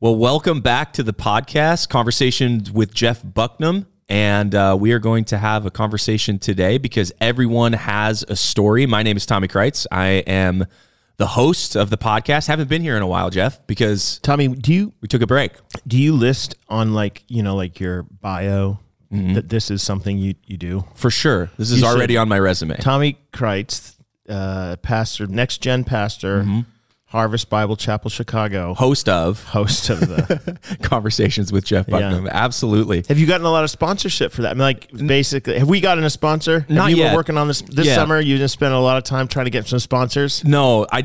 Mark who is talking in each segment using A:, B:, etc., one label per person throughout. A: Well, welcome back to the podcast, Conversations with Jeff Bucknam. And uh, we are going to have a conversation today because everyone has a story. My name is Tommy Kreitz. I am the host of the podcast. Haven't been here in a while, Jeff, because
B: Tommy, do you
A: we took a break.
B: do you list on like you know like your bio that this is something you you do?
A: For sure. This is
B: You should-
A: already on my resume.
B: Tommy Kreitz, uh, pastor, next gen pastor, Harvest Bible Chapel, Chicago,
A: Host of
B: host of the.
A: Conversations with Jeff Bucknam. Absolutely.
B: have you gotten a lot of sponsorship for that? I mean, like basically, have we gotten a sponsor? Have
A: Not
B: you
A: yet.
B: were working on this this
A: Yeah.
B: summer. You just spent a lot of time trying to get some sponsors.
A: No, I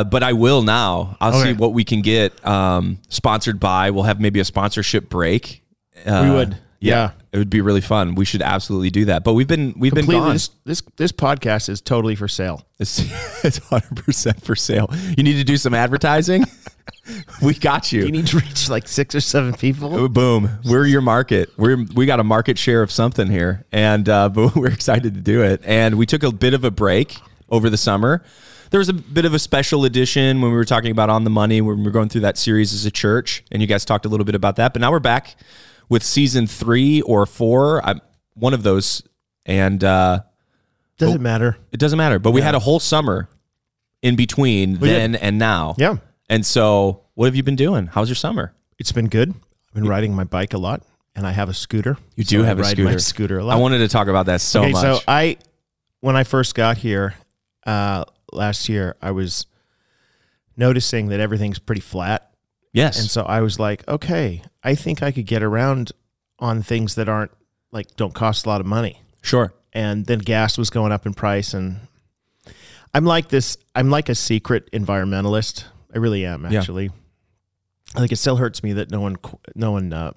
A: uh, but I will now. I'll see
B: Okay.
A: what we can get um, sponsored by. We'll have maybe a sponsorship break. Uh,
B: We would. Yeah.
A: it would be really fun. We should absolutely do that. But we've been we've been
B: Completely,
A: gone.
B: this, this this podcast is totally for sale.
A: It's it's hundred percent for sale. You need to do some advertising. we got
B: You
A: you.
B: need to reach like six or seven people.
A: Boom. We're your market. We're we got a market share of something here, and uh, but we're excited to do it. And we took a bit of a break over the summer. There was a bit of a special edition when we were talking about on the money when we were going through that series as a church, and you guys talked a little bit about that. But now we're back with season three or four. I'm one of those, and. Uh,
B: Doesn't matter.
A: It doesn't matter. But we had a whole summer in between
B: did.
A: then and now.
B: Yeah.
A: And so, what have you been doing? How's your summer?
B: It's been good. I've been riding my bike a lot, and I have a scooter.
A: You do
B: So
A: have
B: I
A: a
B: ride
A: scooter.
B: My scooter a lot.
A: I wanted to talk about that so
B: okay,
A: much.
B: so I when I first got here uh, last year, I was noticing that everything's pretty flat,
A: yes.
B: and so I was like, okay, I think I could get around on things that aren't like don't cost a lot of money.
A: sure.
B: And then gas was going up in price, and I'm like this. I'm like a secret environmentalist. I really am
A: Yeah.
B: actually. Like it still hurts me that no one, qu- no one, uh,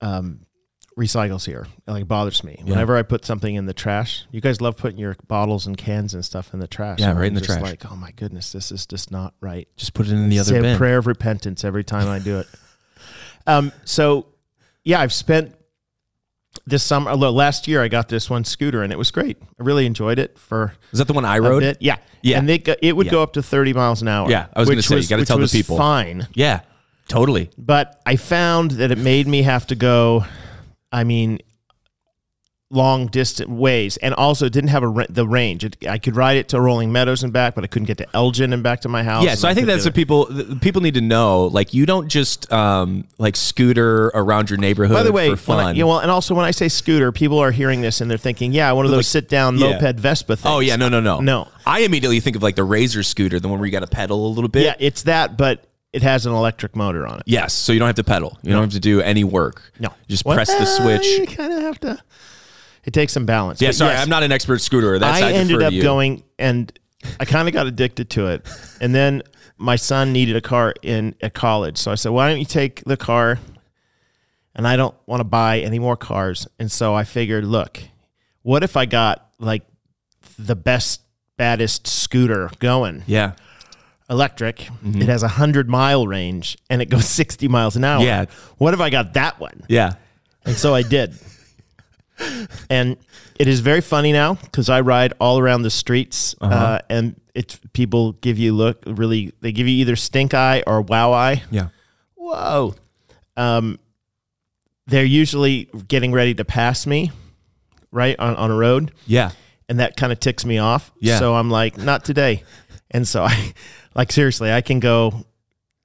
B: um, recycles here. It, like bothers me
A: Yeah.
B: whenever I put something in the trash. You guys love putting your bottles and cans and stuff in the trash.
A: Yeah,
B: And
A: right
B: I'm
A: in the
B: just
A: trash.
B: Like, oh my goodness, this is just not right.
A: Just put it in the other
B: Say a
A: bin.
B: prayer of repentance every time I do it. um, so yeah, I've spent this summer. although Last year, I got this one scooter, and it was great. I really enjoyed it for
A: Is that the one I
B: a
A: rode?
B: bit. Yeah,
A: Yeah.
B: And they go, it would
A: Yeah.
B: go up to thirty miles an hour.
A: Yeah, I was gonna
B: which
A: say, you gotta
B: which
A: tell the
B: was
A: people.
B: Fine,
A: Yeah. Totally.
B: but I found that it made me have to go. I mean, long distant ways, and also it didn't have a ra- the range. It, I could ride it to Rolling Meadows and back, but I couldn't get to Elgin and back to my house.
A: Yeah, so
B: and
A: I think
B: couldn't
A: that's
B: do
A: what people th- people need to know. Like, you don't just um, like scooter around your neighborhood
B: By the way,
A: for fun.
B: When I, yeah, well, and also when I say scooter, people are hearing this and they're thinking, "Yeah, one of those sit-down
A: yeah.
B: moped Vespa things."
A: oh yeah, no, no, no,
B: No.
A: I immediately think of like the razor scooter, the one where you got to pedal a little bit.
B: yeah, it's that, but it has an electric motor on it.
A: Yes, so you don't have to pedal. You don't have to do any work.
B: No,
A: You just
B: Well,
A: press the
B: You
A: switch.
B: kind of have to. It takes some balance.
A: Yeah,
B: But
A: sorry,
B: yes,
A: I'm not an expert scooter. That's I,
B: I ended
A: defer to
B: up
A: you.
B: going and I kind of got addicted to it. And then my son needed a car in at college, so I said, "Why don't you take the car?" And I don't want to buy any more cars, and so I figured, look, what if I got like the best, baddest scooter going,
A: Yeah,
B: electric?
A: Mm-hmm.
B: It has a hundred mile range and it goes sixty miles an hour.
A: Yeah.
B: What if I got that one?
A: yeah.
B: And so I did. and it is very funny now because I ride all around the streets, uh and it's people give you look really. They give you either stink eye or wow eye.
A: Yeah.
B: Whoa! Um, they're usually getting ready to pass me, right on on a road,
A: Yeah.
B: and that kind of ticks me off.
A: Yeah.
B: So I'm like, not today. And so I, like seriously, I can go.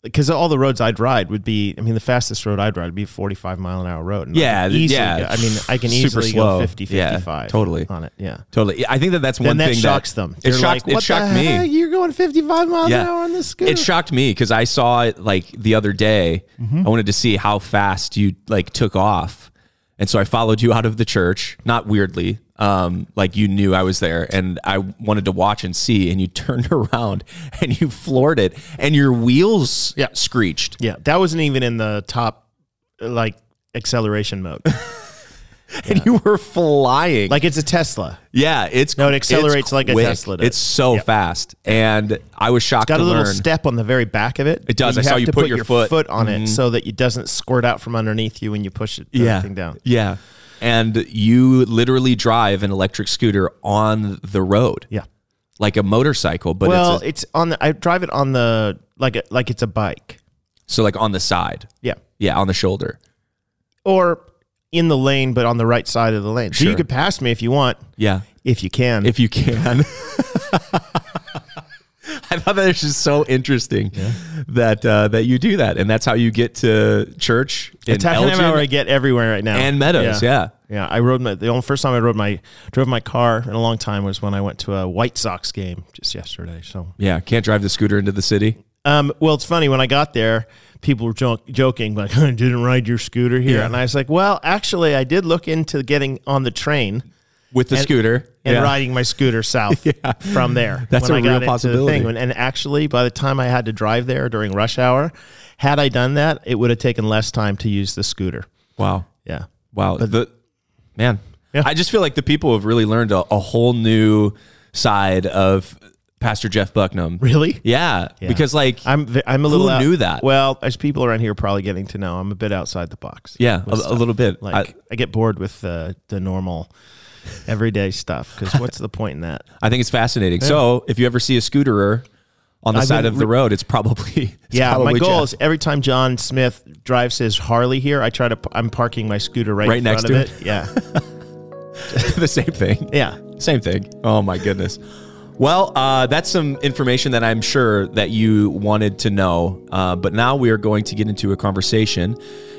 B: Because all the roads I'd ride would be, I mean, the fastest road I'd ride would be a 45 mile an hour road. And I
A: Yeah,
B: can
A: th-
B: easily
A: yeah.
B: go- I mean, I can
A: Super
B: easily
A: slow.
B: go 50,
A: Yeah,
B: 55.
A: totally.
B: On it. Yeah.
A: Totally. Yeah, I think that that's one
B: Then that
A: thing
B: shocks
A: that
B: them.
A: It
B: They're
A: shocked.
B: like, what
A: it shocked
B: the
A: me.
B: Heck? You're going 55 miles
A: Yeah.
B: an hour on this scooter.
A: It shocked me because I saw it like the other day.
B: Mm-hmm.
A: I wanted to see how fast you like took off, and so I followed you out of the church. Not weirdly, um, like you knew I was there, and I wanted to watch and see. And you turned around and you floored it, and your wheels
B: Yeah.
A: screeched.
B: yeah. That wasn't even in the top, like, acceleration mode.
A: and you were flying.
B: like, it's a Tesla.
A: yeah, it's
B: No, it
A: it's
B: accelerates like a
A: quick.
B: Tesla does.
A: It's so fast, and I was shocked
B: got
A: to
B: a little
A: learn.
B: step on the very back of it.
A: It does.
B: but
A: I saw
B: have
A: you
B: to
A: put your foot- Mm-hmm.
B: on it so that it doesn't squirt out from underneath you when you push it the
A: yeah,
B: thing down.
A: yeah, and you literally drive an electric scooter on the road,
B: Yeah.
A: like a motorcycle, but
B: well,
A: it's a,
B: it's on the. I drive it on the like a, like it's a bike.
A: So like on the side.
B: Yeah.
A: Yeah, on the shoulder.
B: Or in the lane, but on the right side of the lane. So
A: Sure.
B: you could pass me if you want,
A: Yeah.
B: if you can.
A: If you can. I thought that was just so interesting that uh, that you do that, and that's how you get to church in
B: Attack and
A: Elgin
B: Hammer I get everywhere right now.
A: and Meadows. Yeah.
B: Yeah, I rode my the only first time I rode my drove my car in a long time was when I went to a White Sox game just yesterday. So,
A: yeah, Can't drive the scooter into the city.
B: um, well, it's funny when I got there, people were jo- joking like, "I didn't ride your scooter here,"
A: Yeah.
B: and I was like, "Well, actually, I did look into getting on the train
A: with the scooter
B: and
A: Yeah.
B: riding my scooter south from there."
A: That's
B: when
A: a
B: I
A: real
B: got into the
A: possibility.
B: thing. And- And actually, by the time I had to drive there during rush hour, had I done that, it would have taken less time to use the scooter.
A: Wow,
B: Yeah,
A: wow, the man.
B: Yeah.
A: I just feel like the people have really learned a, a whole new side of Pastor Jeff Bucknam.
B: really.
A: Yeah, because like
B: I'm v- I'm a little out-
A: knew that?
B: Well, as people around here probably getting to know, I'm a bit outside the box.
A: yeah, a,
B: with
A: a
B: stuff.
A: little bit.
B: like I, get bored with the the normal everyday stuff because what's the point in that?
A: I, I think it's fascinating. So if you ever see a scooterer on the
B: I've
A: side
B: been
A: of the road, it's probably it's
B: yeah, my
A: probably
B: goal
A: Jeff.
B: is every time John Smith drives his Harley here, I try to p- I'm parking my scooter right,
A: Right
B: in
A: next
B: front
A: to
B: of it. Yeah,
A: the same thing.
B: yeah.
A: Same thing. Oh my goodness. Well, uh, that's some information that I'm sure that you wanted to know. Uh, but now we are going to get into a conversation.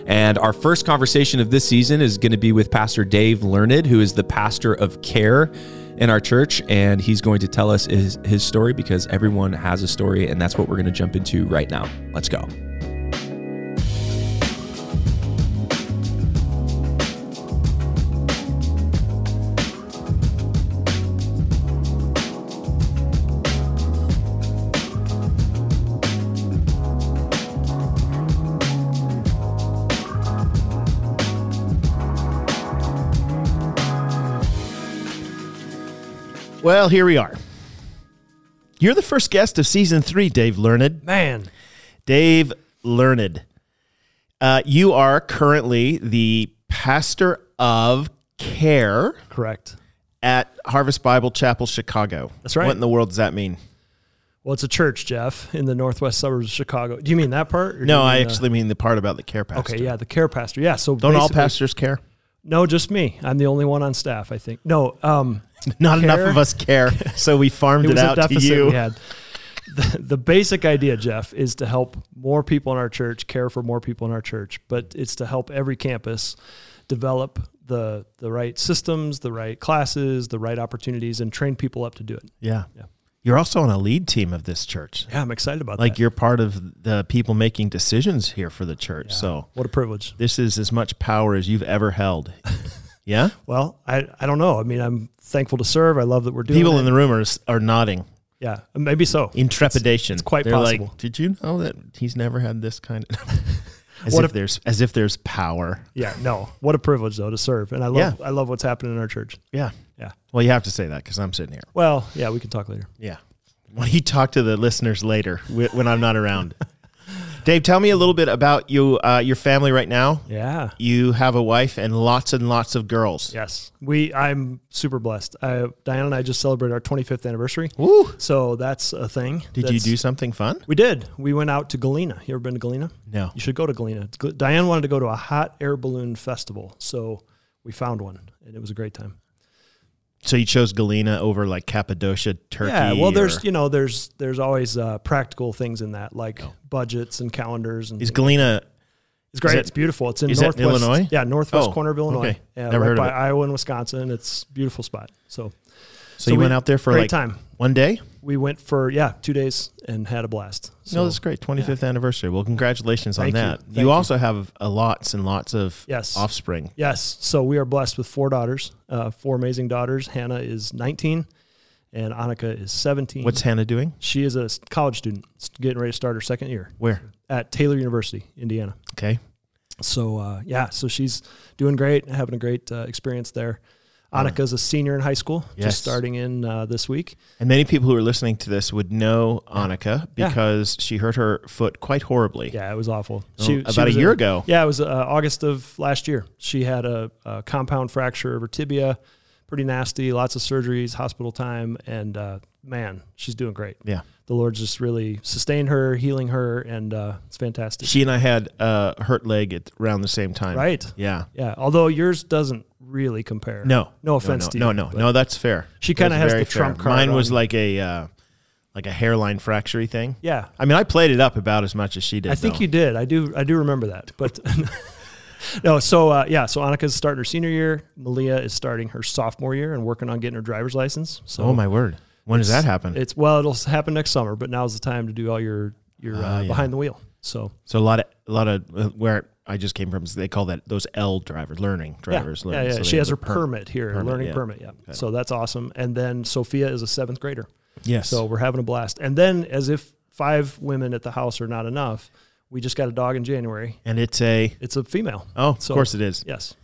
A: And our first conversation of this season is going to be with Pastor Dave Learned, who is the pastor of care in our church. And he's going to tell us his, his story because everyone has a story. And that's what we're going to jump into right now. Let's go.
B: Well, here we are. You're the first guest of season three, Dave Learned.
C: Man,
B: Dave Learned. Uh, you are currently the pastor of care
C: correct.
B: at Harvest Bible Chapel, Chicago.
C: That's right.
B: What in the world does that mean?
C: Well, it's a church, Jeff, in the northwest suburbs of Chicago. Do you mean that part? or do
B: No,
C: you
B: I
C: mean, uh,
B: actually mean the part about the care pastor.
C: Okay, yeah, the care pastor. Yeah, so
B: Don't all
C: basically-
B: pastors care?
C: No, just me. I'm the only one on staff. I think. No, um,
B: Not enough
C: Care?
B: of us care, so we farmed
C: it
B: it,
C: was
B: out
C: a
B: to
C: deficit
B: you.
C: we had. The, the basic idea, Jeff, is to help more people in our church, care for more people in our church, but it's to help every campus develop the the right systems, the right classes, the right opportunities, and train people up to do it.
B: Yeah.
C: Yeah.
B: You're also on a lead team of this church.
C: Yeah, I'm excited about
B: Like
C: that.
B: you're part of the people making decisions here for the church. So
C: What a privilege.
B: this is as much power as you've ever held. yeah?
C: Well, I, I don't know. I mean, I'm thankful to serve. I love that we're doing
B: People
C: it.
B: in the room are, s- are nodding
C: yeah, maybe so.
B: in trepidation.
C: it's quite
B: They're
C: possible.
B: like, did you know that he's never had this kind of as
C: What
B: if
C: if-
B: there's as if there's power.
C: Yeah, no. What a privilege though to serve, and I love
B: Yeah.
C: I love what's happening in our church.
B: Yeah.
C: Yeah.
B: Well, you have to say that because I'm sitting here.
C: Well, yeah, we can talk later.
B: Yeah. Well, you talk to the listeners later wh- when I'm not around. Dave, tell me a little bit about you, uh, your family right now.
C: Yeah.
B: You have a wife and lots and lots of girls.
C: Yes. We I'm super blessed. I, Diana and I just celebrated our 25th anniversary.
B: Woo!
C: So that's a thing.
B: Did you
C: That's-
B: do something fun?
C: We did. We went out to Galena. You ever been to Galena?
B: No.
C: You should go to Galena. It's gl- Diane wanted to go to a hot air balloon festival, so we found one, and it was a great time.
B: So you chose Galena over like Cappadocia, Turkey.
C: Yeah, well,
B: or-
C: there's you know there's there's always uh, practical things in that like budgets and calendars and
B: is Galena
C: it's great.
B: it-
C: it's beautiful. It's in
B: is that
C: northwest
B: Illinois?
C: Yeah, northwest
B: Oh,
C: corner of Illinois.
B: okay.
C: Yeah,
B: Never
C: right
B: heard of
C: by
B: it.
C: Iowa and Wisconsin. It's a beautiful spot. So
B: so, you
C: we-
B: went out there for
C: great
B: like
C: time.
B: one day?
C: We went for yeah two days and had a blast. So
B: no, that's great. 25th anniversary. Well, congratulations
C: Thank
B: on
C: you.
B: that.
C: Thank
B: You,
C: you.
B: also have uh, lots and lots of
C: Yes.
B: offspring.
C: yes, so we are blessed with four daughters, uh, four amazing daughters. Hannah is 19, and Annika is 17.
B: What's Hannah doing?
C: she is a s- college student, s- getting ready to start her second year
B: Where?
C: at Taylor University, Indiana.
B: Okay.
C: So uh, yeah, so she's doing great, having a great uh, experience there. Annika's a senior in high school,
B: Yes.
C: just starting in uh, this week.
B: And many people who are listening to this would know Annika
C: Yeah.
B: because she hurt her foot quite horribly. uh,
C: Yeah, it was awful.
B: Oh, about a
C: was
B: year
C: in-
B: ago.
C: Yeah, it was uh, August of last year. She had a, a compound fracture of her tibia, pretty nasty. Lots of surgeries, hospital time, and uh, man, she's doing great.
B: Yeah.
C: the Lord's just really sustained her, healing her, and uh, it's fantastic.
B: She and I had a hurt leg at around the same time.
C: right?
B: Yeah.
C: Yeah. Although yours doesn't really compare.
B: No.
C: No offense
B: no,
C: to you.
B: No, no,
C: but-
B: no, that's fair.
C: She kinda
B: That's
C: has
B: very
C: the trump card
B: Mine was
C: on-
B: like a uh, like a hairline fracture thing.
C: Yeah.
B: I mean, I played it up about as much as she did.
C: I think
B: though.
C: you did. I do. I do remember that. But no. So uh, yeah. So Annika's starting her senior year. Malia is starting her sophomore year and working on getting her driver's license. So
B: Oh my word! When does that happen?
C: It's well, it'll happen next summer. But now's the time to do all your your uh,
B: Ah, yeah.
C: behind the wheel. So
B: so a lot of a lot of uh, where I just came from, they call that those L drivers, learning
C: yeah.
B: drivers.
C: yeah,
B: learning.
C: yeah.
B: So
C: she
B: they
C: has
B: have
C: her
B: a perm-
C: permit here,
B: permit,
C: learning
B: yeah.
C: permit. Yeah. So that's awesome. And then Sophia is a seventh grader.
B: Yes.
C: So we're having a blast. And then, as if five women at the house are not enough, we just got a dog in Janury.
B: and it's a
C: It's a female.
B: oh,
C: So-
B: of course it is.
C: Yes.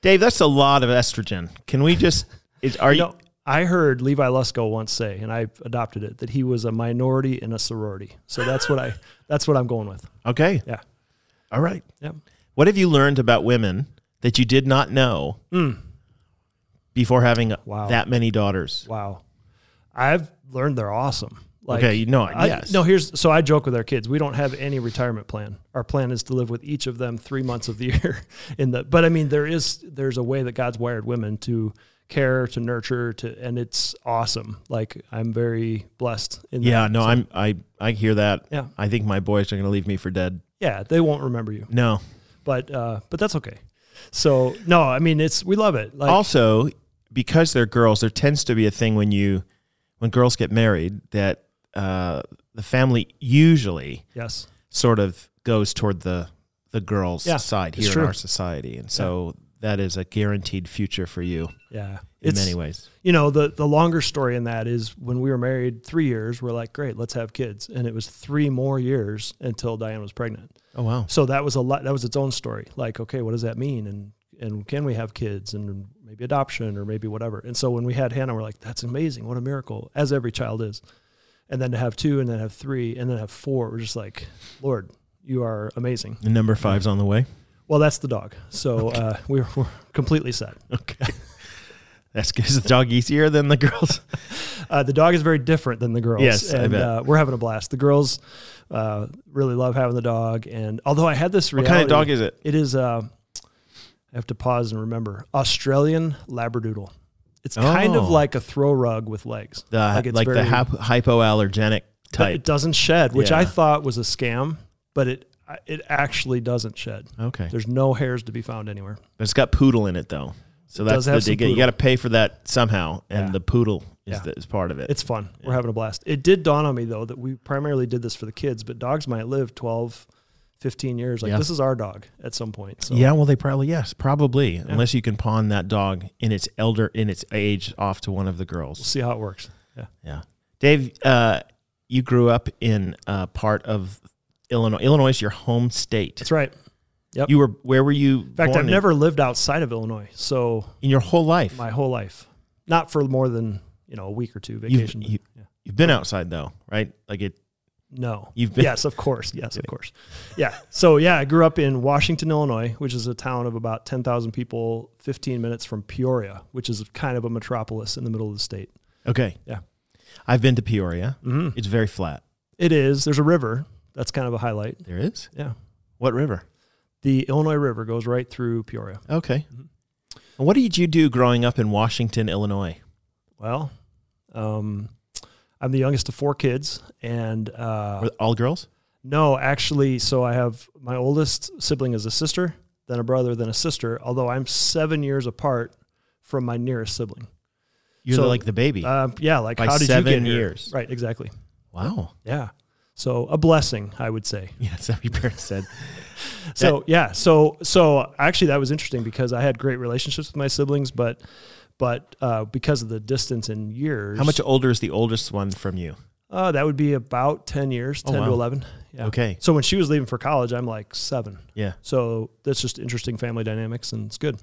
B: Dave, that's a lot of estrogen. Can we just? Is, are you?
C: No, I heard Levi Lusko once say, and I adopted it, that he was a minority in a sorority. So that's what I that's what I'm going with.
B: Okay.
C: Yeah.
B: All right.
C: Yeah.
B: What have you learned about women that you did not know before having
C: Wow.
B: that many daughters?
C: Wow. I've learned they're awesome. Like,
B: Okay, you know,
C: I,
B: yes.
C: No, here's so I joke with our kids. We don't have any retirement plan. Our plan is to live with each of them three months of the year. In the but I mean there is there's a way that God's wired women to care, to nurture, to and it's awesome. Like I'm very blessed in that.
B: Yeah, no, I'm I I hear that.
C: Yeah.
B: I think my boys are going to leave me for dead.
C: Yeah, they won't remember you.
B: No.
C: But uh but that's okay. So no, I mean it's we love it. Like
B: also, because they're girls, there tends to be a thing when you when girls get married that uh, the family usually
C: yes.
B: sort of goes toward the the girls'
C: Yeah,
B: side
C: it's
B: here
C: true.
B: in our society, and so that is a guaranteed future for you
C: Yeah.
B: in many ways.
C: you know the the longer story in that is when we were married three years we're like great let's have kids and it was three more years until diane was pregnant
B: Oh wow.
C: so that was a lot that was its own story like okay what does that mean and and can we have kids and maybe adoption or maybe whatever and so when we had hannah we're like that's amazing what a miracle as every child is and then to have two and then have three and then have four we're just like lord you are amazing
B: The number five's on the way.
C: well that's the dog so uh, we're, we're completely set
B: Okay. That's good. Is the dog easier than the girls?
C: Uh, the dog is very different than the girls.
B: Yes, I
C: and
B: bet.
C: Uh, we're having a blast. The girls uh, really love having the dog. And although I had this
B: What
C: reality,
B: kind of dog is it?
C: it is? Uh, I have to pause and remember Australian Labradoodle. It's kind of
B: Oh.
C: like a throw rug with legs.
B: The like,
C: it's
B: the
C: very-
B: hypo- hypoallergenic
C: but
B: type.
C: It doesn't shed, which I
B: Yeah.
C: thought was a scam, but it it actually doesn't shed.
B: Okay.
C: There's no hairs to be found anywhere.
B: But it's got poodle in it though. So that's
C: does
B: the
C: have some
B: dig. You
C: poodle.
B: got to pay for that somehow, and
C: Yeah.
B: the poodle is,
C: Yeah.
B: the, is part of it.
C: It's fun. We're having a blast. It did dawn on me though that we primarily did this for the kids, but dogs might live 12, 15 years. Like
B: Yeah.
C: this is our dog at some point. So
B: Yeah, well, they probably yes, probably unless you can pawn that dog in its elder in its age off to one of the
C: we'll
B: girls.
C: see how it works. Yeah.
B: Yeah, Dave, uh, you grew up in uh, part of Illinois. Illinois is your home state.
C: That's right. right.
B: You were where were you?
C: In fact,
B: born
C: I've never lived outside of Illinois. So
B: in your whole life.
C: my whole life, not for more than, you know, a week or two
B: You've,
C: vacation.
B: you, you've been outside though, right? Like it.
C: No.
B: You've been-
C: Yes, of course. Yes, of course. Yeah. So yeah, I grew up in Washington, Illinois, which is a town of about 10,000 people, 15 minutes from Peoria, which is kind of a metropolis in the middle of the state.
B: Okay.
C: Yeah.
B: I've been to Peoria. It's very flat.
C: It is. There's a river. That's kind of a highlight.
B: There is
C: Yeah.
B: what river?
C: The Illinois River goes right through Peoria.
B: Okay.
C: Mm-hmm.
B: And what did you do growing up in Washington, Illinois?
C: Well, um, I'm the youngest of four kids, and uh,
B: Were all girls?
C: no, actually, so I have my oldest sibling is a sister, then a brother, then a sister. Although I'm seven years apart from my nearest sibling.
B: You're
C: So,
B: like the baby.
C: Um, yeah, like
B: By
C: how did
B: seven
C: you get here?
B: years.
C: Right, exactly.
B: wow.
C: Yeah. So a blessing, I would say.
B: Yeah, that's what your parents said.
C: So yeah, so so actually that was interesting because I had great relationships with my siblings, but but uh, because of the distance in years,
B: How much older is the oldest one from you?
C: Uh, that would be about ten years, ten to
B: Oh, wow.
C: eleven. Yeah.
B: Okay.
C: So when she was leaving for college, I'm like seven.
B: Yeah.
C: So that's just interesting family dynamics, and it's good.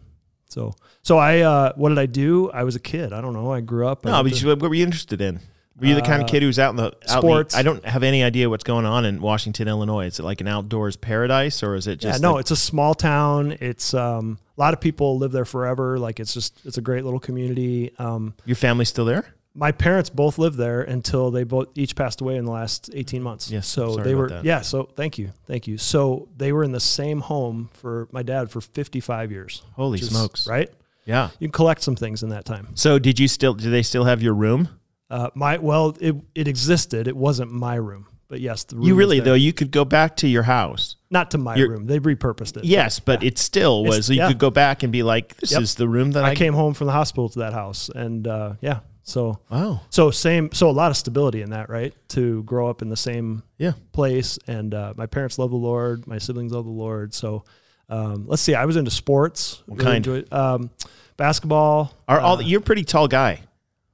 C: So so I uh, what did I do? I was a kid. I don't know. I grew up. I
B: No,
C: went
B: but
C: to-
B: you, what were you interested in? Were you the kind of kid who's out in the out in the-
C: Uh, sports.
B: I don't have any idea what's going on in Washington, Illinois. Is it like an outdoors paradise, or is it
C: yeah.
B: just
C: No,
B: like-
C: it's a small town. It's um, a lot of people live there forever. Like it's just it's a great little community. Um,
B: your family's still there?
C: my parents both lived there until they both each passed away in the last 18 months.
B: Yes,
C: So
B: sorry
C: they
B: about
C: were,
B: that.
C: yeah. So thank you. Thank you. So they were in the same home for my dad for 55 years.
B: Holy
C: which is-
B: smokes.
C: Right?
B: Yeah.
C: You can collect some things in that time.
B: So did you still? Do they still have your room?
C: Uh, my, well, it, it existed. It wasn't my room, but yes, the room
B: You
C: was
B: really
C: there.
B: though you could go back to your house.
C: not to my
B: you're-
C: room. They repurposed it.
B: Yes, but it still was.
C: It's-
B: so you
C: yeah.
B: could go back and be like, "This
C: Yep.
B: is the room that I,
C: I came home from the hospital to that house, and uh, yeah, so
B: Wow.
C: so same, so a lot of stability in that, right? To grow up in the same
B: Yeah.
C: place, and uh, my parents love the Lord, my siblings love the Lord. So um, let's see, I was into sports. What
B: kind?
C: Enjoyed, um, basketball.
B: Are all
C: uh,
B: you're a pretty tall guy.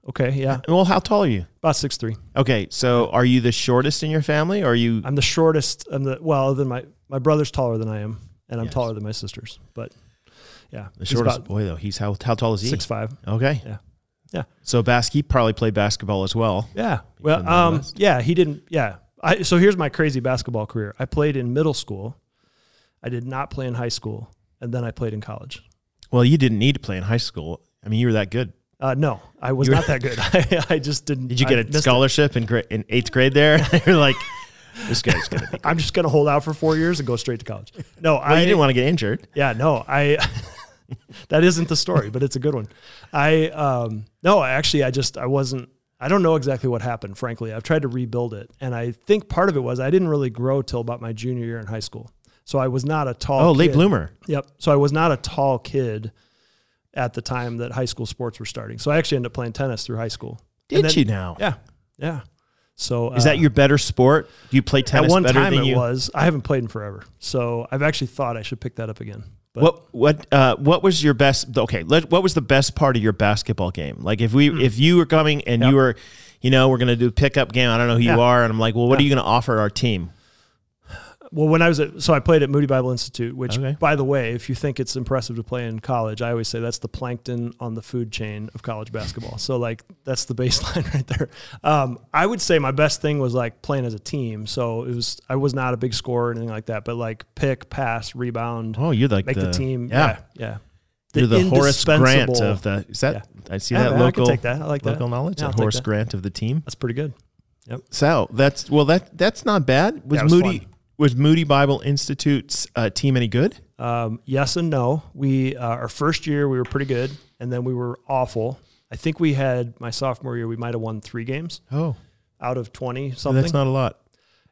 C: okay? Yeah,
B: Well, how tall are you?
C: about six three.
B: Okay, so are you the shortest in your family? Or are you?
C: I'm the shortest. I'm the well, other than my my brother's taller than I am, and I'm
B: Yes.
C: taller than my sisters. But yeah,
B: The
C: he's
B: shortest
C: about
B: boy though. He's how how tall is he?
C: six five.
B: Okay.
C: Yeah. Yeah.
B: So Bas, he probably played basketball as well.
C: Yeah. Well,
B: from the
C: um,
B: Midwest.
C: yeah, he didn't. Yeah. I, so here's my crazy basketball career. I played in middle school. I did not play in high school, and then I played in college.
B: Well, you didn't need to play in high school. I mean, you were that good.
C: Uh, no, I was
B: You were-
C: not that good. I, I just didn't.
B: Did you
C: I
B: get
C: missed
B: a
C: it.
B: scholarship in gra- in eighth grade? There, you're like, this guy's gonna be.
C: I'm just gonna hold out for four years and go straight to college. No,
B: Well,
C: I
B: you didn't want to get injured.
C: Yeah, no, I. that isn't the story, but it's a good one. I um no, I actually I just I wasn't. I don't know exactly what happened. Frankly, I've tried to rebuild it, and I think part of it was I didn't really grow till about my junior year in high school. So I was not a tall.
B: Oh, late
C: kid.
B: bloomer.
C: Yep. So I was not a tall kid at the time that high school sports were starting. So I actually ended up playing tennis through high school.
B: Did
C: And then-
B: you now?
C: Yeah. Yeah. So
B: Is
C: uh,
B: that your better sport? Do you play tennis
C: at one
B: better
C: time
B: than
C: it
B: you?
C: was? I haven't played in forever, so I've actually thought I should pick that up again. But
B: What what uh, what was your best? Okay, let, what was the best part of your basketball game? Like if we
C: Hmm.
B: if you were coming and you were, you know, we're gonna do a pickup game. I don't know who
C: Yeah.
B: you are, and I'm like, well, what are you gonna offer our team?
C: Well, when I was at, so I played at Moody Bible Institute, which,
B: Okay.
C: by the way, if you think it's impressive to play in college, I always say that's the plankton on the food chain of college basketball. so, like, that's the baseline right there. Um, I would say my best thing was like playing as a team. So it was, I was not a big scorer or anything like that, but like pick, pass, rebound,
B: Oh, you're like
C: make the, team.
B: Yeah,
C: Yeah. yeah.
B: you're the Horace Grant
C: indispensable-
B: of the. Is that I see
C: Yeah,
B: that
C: man,
B: local
C: I can take that. I like
B: local
C: that.
B: knowledge?
C: Yeah, I'll
B: that
C: take
B: Horace
C: that.
B: Grant of the team.
C: That's pretty good.
B: So that's well that that's not bad. Was,
C: Yeah, it was
B: Moody
C: fun.
B: was Moody Bible Institute's uh, team any good?
C: Um, yes and no. We uh, our first year we were pretty good, and then we were awful. I think we had my sophomore year we might have won three games
B: Oh,
C: out of twenty something.
B: that's not a lot.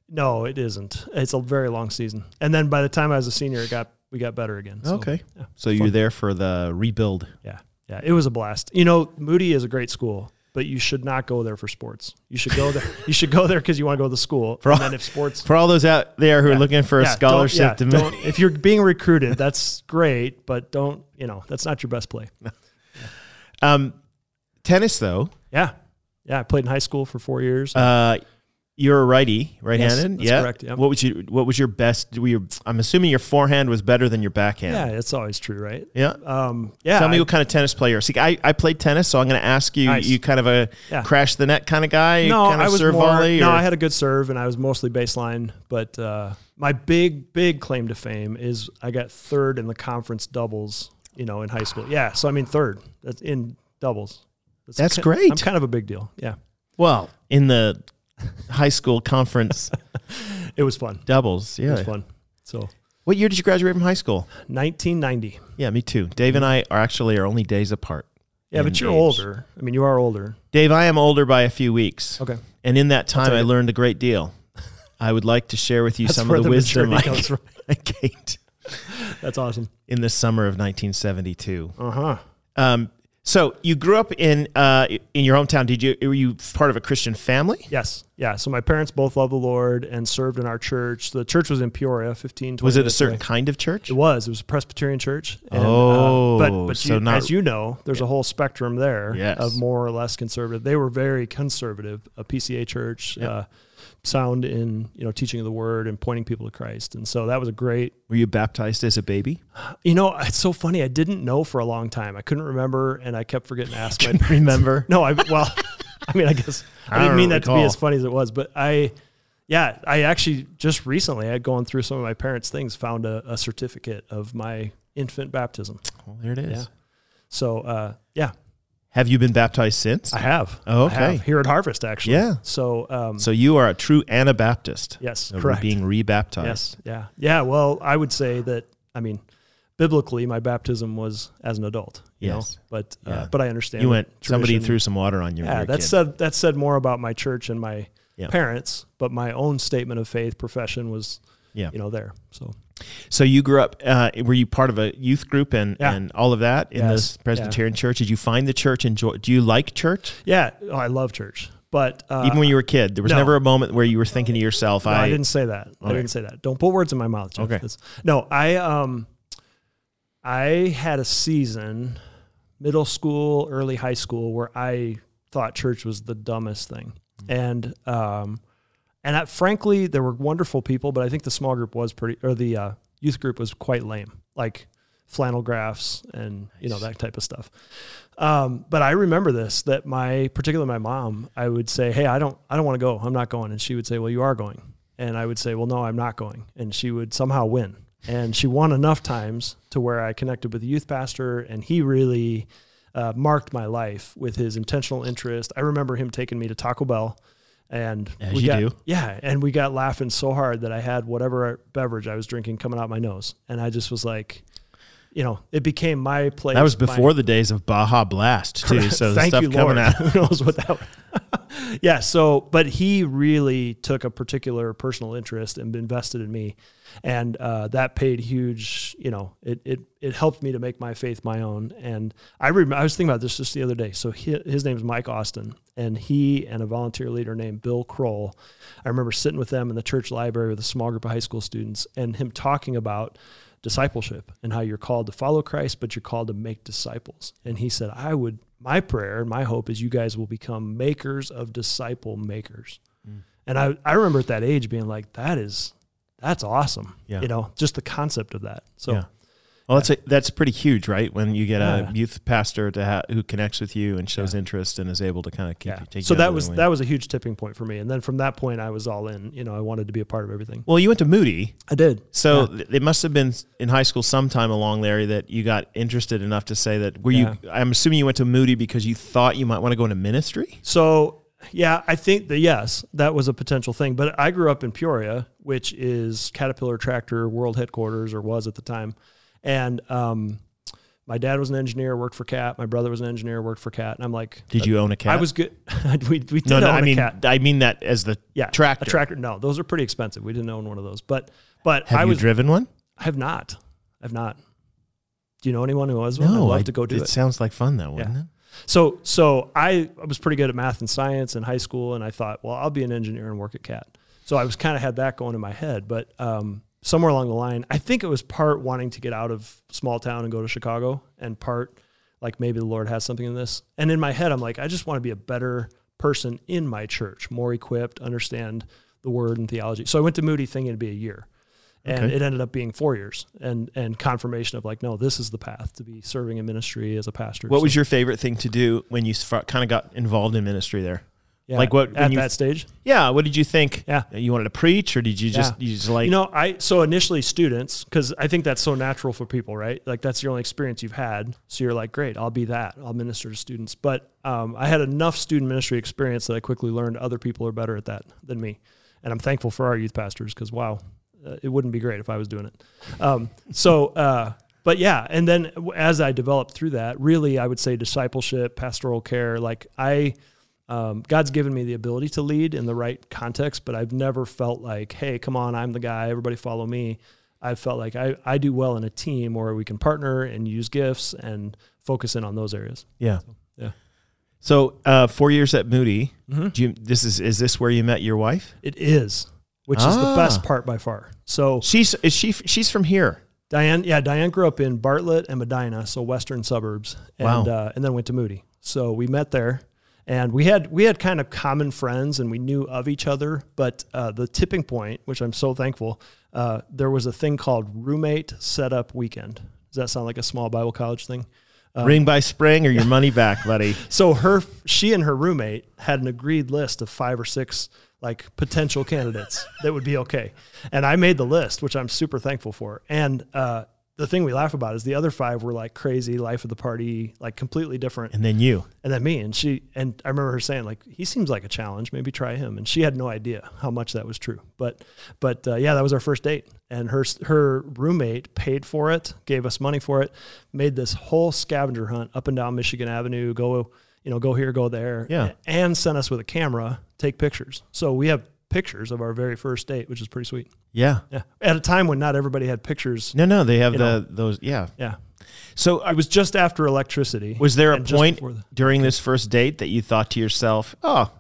C: no, it isn't. It's a very long season. And then by the time I was a senior, it got we got better again. So,
B: okay, so you're there for the rebuild.
C: Yeah, yeah. It was a blast. You know, Moody is a great school, but you should not go there for sports. You should go there. you should go there because you want to go to the school. and then if sports
B: For all those out there who are looking for
C: Yeah,
B: a
C: don't-
B: scholarship
C: yeah,
B: to
C: don't- if you're being recruited, that's great, but don't you know that's not your best play.
B: Um, tennis though,
C: Yeah. Yeah. I played in high school for four years.
B: uh, you're a righty, right-handed.
C: Yes, that's
B: yeah.
C: correct, yep.
B: What was you? What was your best? Were your, I'm assuming your forehand was better than your
C: yeah.
B: backhand.
C: It's always true, right?
B: Yeah.
C: Um, yeah.
B: Tell me
C: I-
B: what kind of tennis player. See, I, I played tennis, so I'm going to ask you.
C: Nice.
B: You kind of a
C: Yeah.
B: crash the net kind of guy.
C: no,
B: kind of
C: I was
B: serve
C: more,
B: volley.
C: no,
B: or-
C: I had a good serve and I was mostly baseline, but, uh, my big, big claim to fame is I got third in the conference doubles, you know, in high school. Yeah. So, I mean, third that's in doubles.
B: That's
C: ki-
B: great.
C: I'm kind of a big deal. Yeah.
B: Well, in the high school conference
C: It was fun.
B: doubles,
C: It was
B: yeah.
C: fun. So
B: What year did you graduate from high school?
C: 1990.
B: Yeah, me too. Dave and I are actually are only days apart.
C: Mm-hmm. Yeah. But
B: in
C: you're
B: age.
C: older. I mean, you are older.
B: Dave, I am older by a few weeks,
C: Okay.
B: and in that time,
C: take
B: I
C: it.
B: learned a great deal. I would like to share with you some of the wisdom I,
C: maturity comes from.
B: I gained
C: That's awesome.
B: in the summer of 1972.
C: Uh huh.
B: Um, so you grew up in uh, in your hometown. Did you were you part of a Christian family?
C: Yes. Yeah. So my parents both love the Lord and served in our church. The church was in Peoria, 15, 20
B: Was it a
C: minutes
B: certain
C: away.
B: kind of church?
C: It was. It was a Presbyterian church. And, uh,
B: Oh,
C: but but
B: so
C: you,
B: not-
C: as you know, there's a whole spectrum there
B: Yes.
C: of more or less conservative. They were very conservative, a PCA church, uh, sound in you know teaching of the word and pointing people to Christ. And so that was a great
B: Were you baptized as a baby?
C: You know, it's so funny. I didn't know for a long time. I couldn't remember, and I kept forgetting to ask my parents.
B: remember?
C: No, I well, I mean, I guess I,
B: I
C: didn't
B: don't
C: mean that to be
B: recall.
C: as funny as it was, but I, yeah, I actually just recently, I had gone through some of my parents' things, found a, a certificate of my infant baptism.
B: Well, there it is.
C: Yeah. So, uh, yeah,
B: Have you been baptized since?
C: I have.
B: Oh,
C: I have,
B: okay.
C: here at Harvest, actually.
B: Yeah.
C: So, um,
B: so you are a true Anabaptist.
C: yes,
B: Of
C: correct.
B: Being rebaptized.
C: Yes. Yeah. Yeah. Well, I would say that. I mean, biblically, my baptism was as an adult. You
B: Yes.
C: Know? But uh,
B: Yeah.
C: but I understand.
B: You went.
C: that
B: Somebody
C: tradition-
B: threw some water on you. when you
C: Yeah. uh,
B: were a
C: That
B: kid.
C: said that said more about my church and my
B: Yeah.
C: parents, but my own statement of faith profession was
B: Yeah.
C: you know there. So
B: So you grew up. Uh, were you part of a youth group and,
C: Yeah.
B: and all of that in
C: Yes.
B: this Presbyterian church? Did you find the church enjoy? Do you like church?
C: yeah, oh, I love church, but uh,
B: Even when you were a kid, there was
C: no.
B: never a moment where you were thinking to yourself,
C: No,
B: "I."
C: I, didn't say that. I
B: Okay.
C: didn't say that. Don't put words in my mouth. Jeff.
B: Okay.
C: That's- no, I um, I had a season, middle school, early high school, where I thought church was the dumbest thing,
B: Mm.
C: and um, and I, frankly, there were wonderful people, but I think the small group was pretty, or the uh, youth group was quite lame, like flannel graphs and you know that type of stuff. Um, but I remember this that my particularly my mom, I would say, "Hey, I don't I don't want to go. I'm not going." And she would say, "Well, you are going." And I would say, "Well, no, I'm not going." And she would somehow win. And she won enough times to where I connected with the youth pastor and he really uh, marked my life with his intentional interest. I remember him taking me to Taco Bell and
B: As
C: we
B: you
C: got,
B: do.
C: yeah, and we got laughing so hard that I had whatever beverage I was drinking coming out my nose, and I just was like, you know, it became my place.
B: That was
C: my-
B: before the days of Baja Blast too. So the
C: Thank
B: stuff
C: you,
B: coming
C: Lord.
B: out.
C: Who knows what that? was. yeah. So, but he really took a particular personal interest and invested in me, and uh, that paid huge. You know, it it it helped me to make my faith my own. And I remember I was thinking about this just the other day. So he, his name is Mike Austin, and he and a volunteer leader named Bill Kroll. I remember sitting with them in the church library with a small group of high school students, and him talking about discipleship and how you're called to follow Christ, but you're called to make disciples. And he said, I would, my prayer and my hope is you guys will become makers of disciple makers.
B: Mm.
C: And I, I remember at that age being like, that is, that's awesome.
B: Yeah.
C: You know, just the concept of that. So,
B: Yeah. Well, that's a, that's pretty huge, right? When you get
C: Yeah.
B: a youth pastor to ha- who connects with you and shows interest and is able to kind of keep
C: yeah.
B: you. Take you
C: So
B: under
C: that
B: their
C: was,
B: wing.
C: that was a huge tipping point for me. And then from that point, I was all in, you know, I wanted to be a part of everything.
B: Well, you went to Moody,
C: I did.
B: so th- it must have been in high school sometime along there that you got interested enough to say that. Were you? I'm assuming you went to Moody because you thought you might want to go into ministry.
C: So yeah, I think that yes, that was a potential thing. But I grew up in Peoria, which is Caterpillar Tractor World Headquarters, or was at the time, and um, my dad was an engineer, worked for Cat. My brother was an engineer, worked for Cat, and I'm like,
B: Did you own a cat?
C: Uh, I was good. we we did
B: no,
C: own
B: no.
C: a
B: I mean,
C: Cat.
B: I mean that as the
C: Yeah,
B: tractor.
C: A tractor. No, those are pretty expensive. We didn't own one of those, but but
B: Have
C: I
B: you
C: was.
B: driven one?
C: I have not. I have not. Do you know anyone who has one? I'd
B: No,
C: love
B: Oh, I-
C: to go do it.
B: sounds like fun though, wouldn't
C: Yeah.
B: it?
C: So so I, I was pretty good at math and science in high school, and I thought, well, I'll be an engineer and work at CAT. So I was kind of had that going in my head, but um, somewhere along the line, I think it was part wanting to get out of small town and go to Chicago, and part like maybe the Lord has something in this. And in my head, I'm like, I just want to be a better person in my church, more equipped, understand the word and theology. So I went to Moody thinking it'd be a year and
B: Okay.
C: it ended up being four years and and confirmation of like no this is the path to be serving in ministry as a pastor
B: What was your favorite thing to do when you kind of got involved in ministry there?
C: Yeah,
B: like what- when
C: at
B: you-
C: that stage
B: Yeah. What did you think? Uh,
C: Yeah.
B: You wanted to preach, or did you just
C: Yeah.
B: you just like
C: you know i so initially students because i think that's so natural for people right like that's your only experience you've had so you're like great i'll be that i'll minister to students but um, i had enough student ministry experience that i quickly learned other people are better at that than me and i'm thankful for our youth pastors because wow uh, it wouldn't be great if i was doing it um, so uh, but yeah and then w- as i developed through that really i would say discipleship pastoral care like i um, God's given me the ability to lead in the right context, but I've never felt like, hey, come on, I'm the guy, everybody follow me. I've felt like I, I do well in a team where we can partner and use gifts and focus in on those areas.
B: yeah.
C: Yeah. Mm-hmm.
B: So uh, four years at Moody. Do you, this is is this where you met your wife?
C: It is, which is the
B: Ah.
C: best part by far. So
B: She's is she she's from here.
C: Diane, yeah, Diane grew up in Bartlett and Medina, so western suburbs, and
B: Wow.
C: uh, and then went to Moody. So we met there, and we had we had kind of common friends, and we knew of each other. But uh, the tipping point, which I'm so thankful, uh, there was a thing called roommate setup weekend. Does that sound like a small Bible college thing? Uh,
B: Ring by spring or your money back, buddy.
C: So her, she and her roommate had an agreed list of five or six like potential candidates that would be okay, and I made the list, which I'm super thankful for. And uh, the thing we laugh about is the other five were like crazy, life of the party, like completely different.
B: And then you.
C: And then me and she and I remember her saying like he seems like a challenge, maybe try him. And she had no idea how much that was true. But but uh, yeah, that was our first date. And her her roommate paid for it, gave us money for it, made this whole scavenger hunt up and down Michigan Avenue, go you know go here, go there,
B: Yeah.
C: and sent us with a camera, take pictures. So we have pictures of our very first date, which is pretty sweet.
B: Yeah.
C: Yeah, at a time when not everybody had pictures.
B: No, no, they have
C: You
B: the
C: know.
B: those. Yeah.
C: Yeah,
B: So I
C: it was just after electricity.
B: Was there a
C: and just
B: point
C: before the-
B: during this first date that you thought to yourself, "Oh,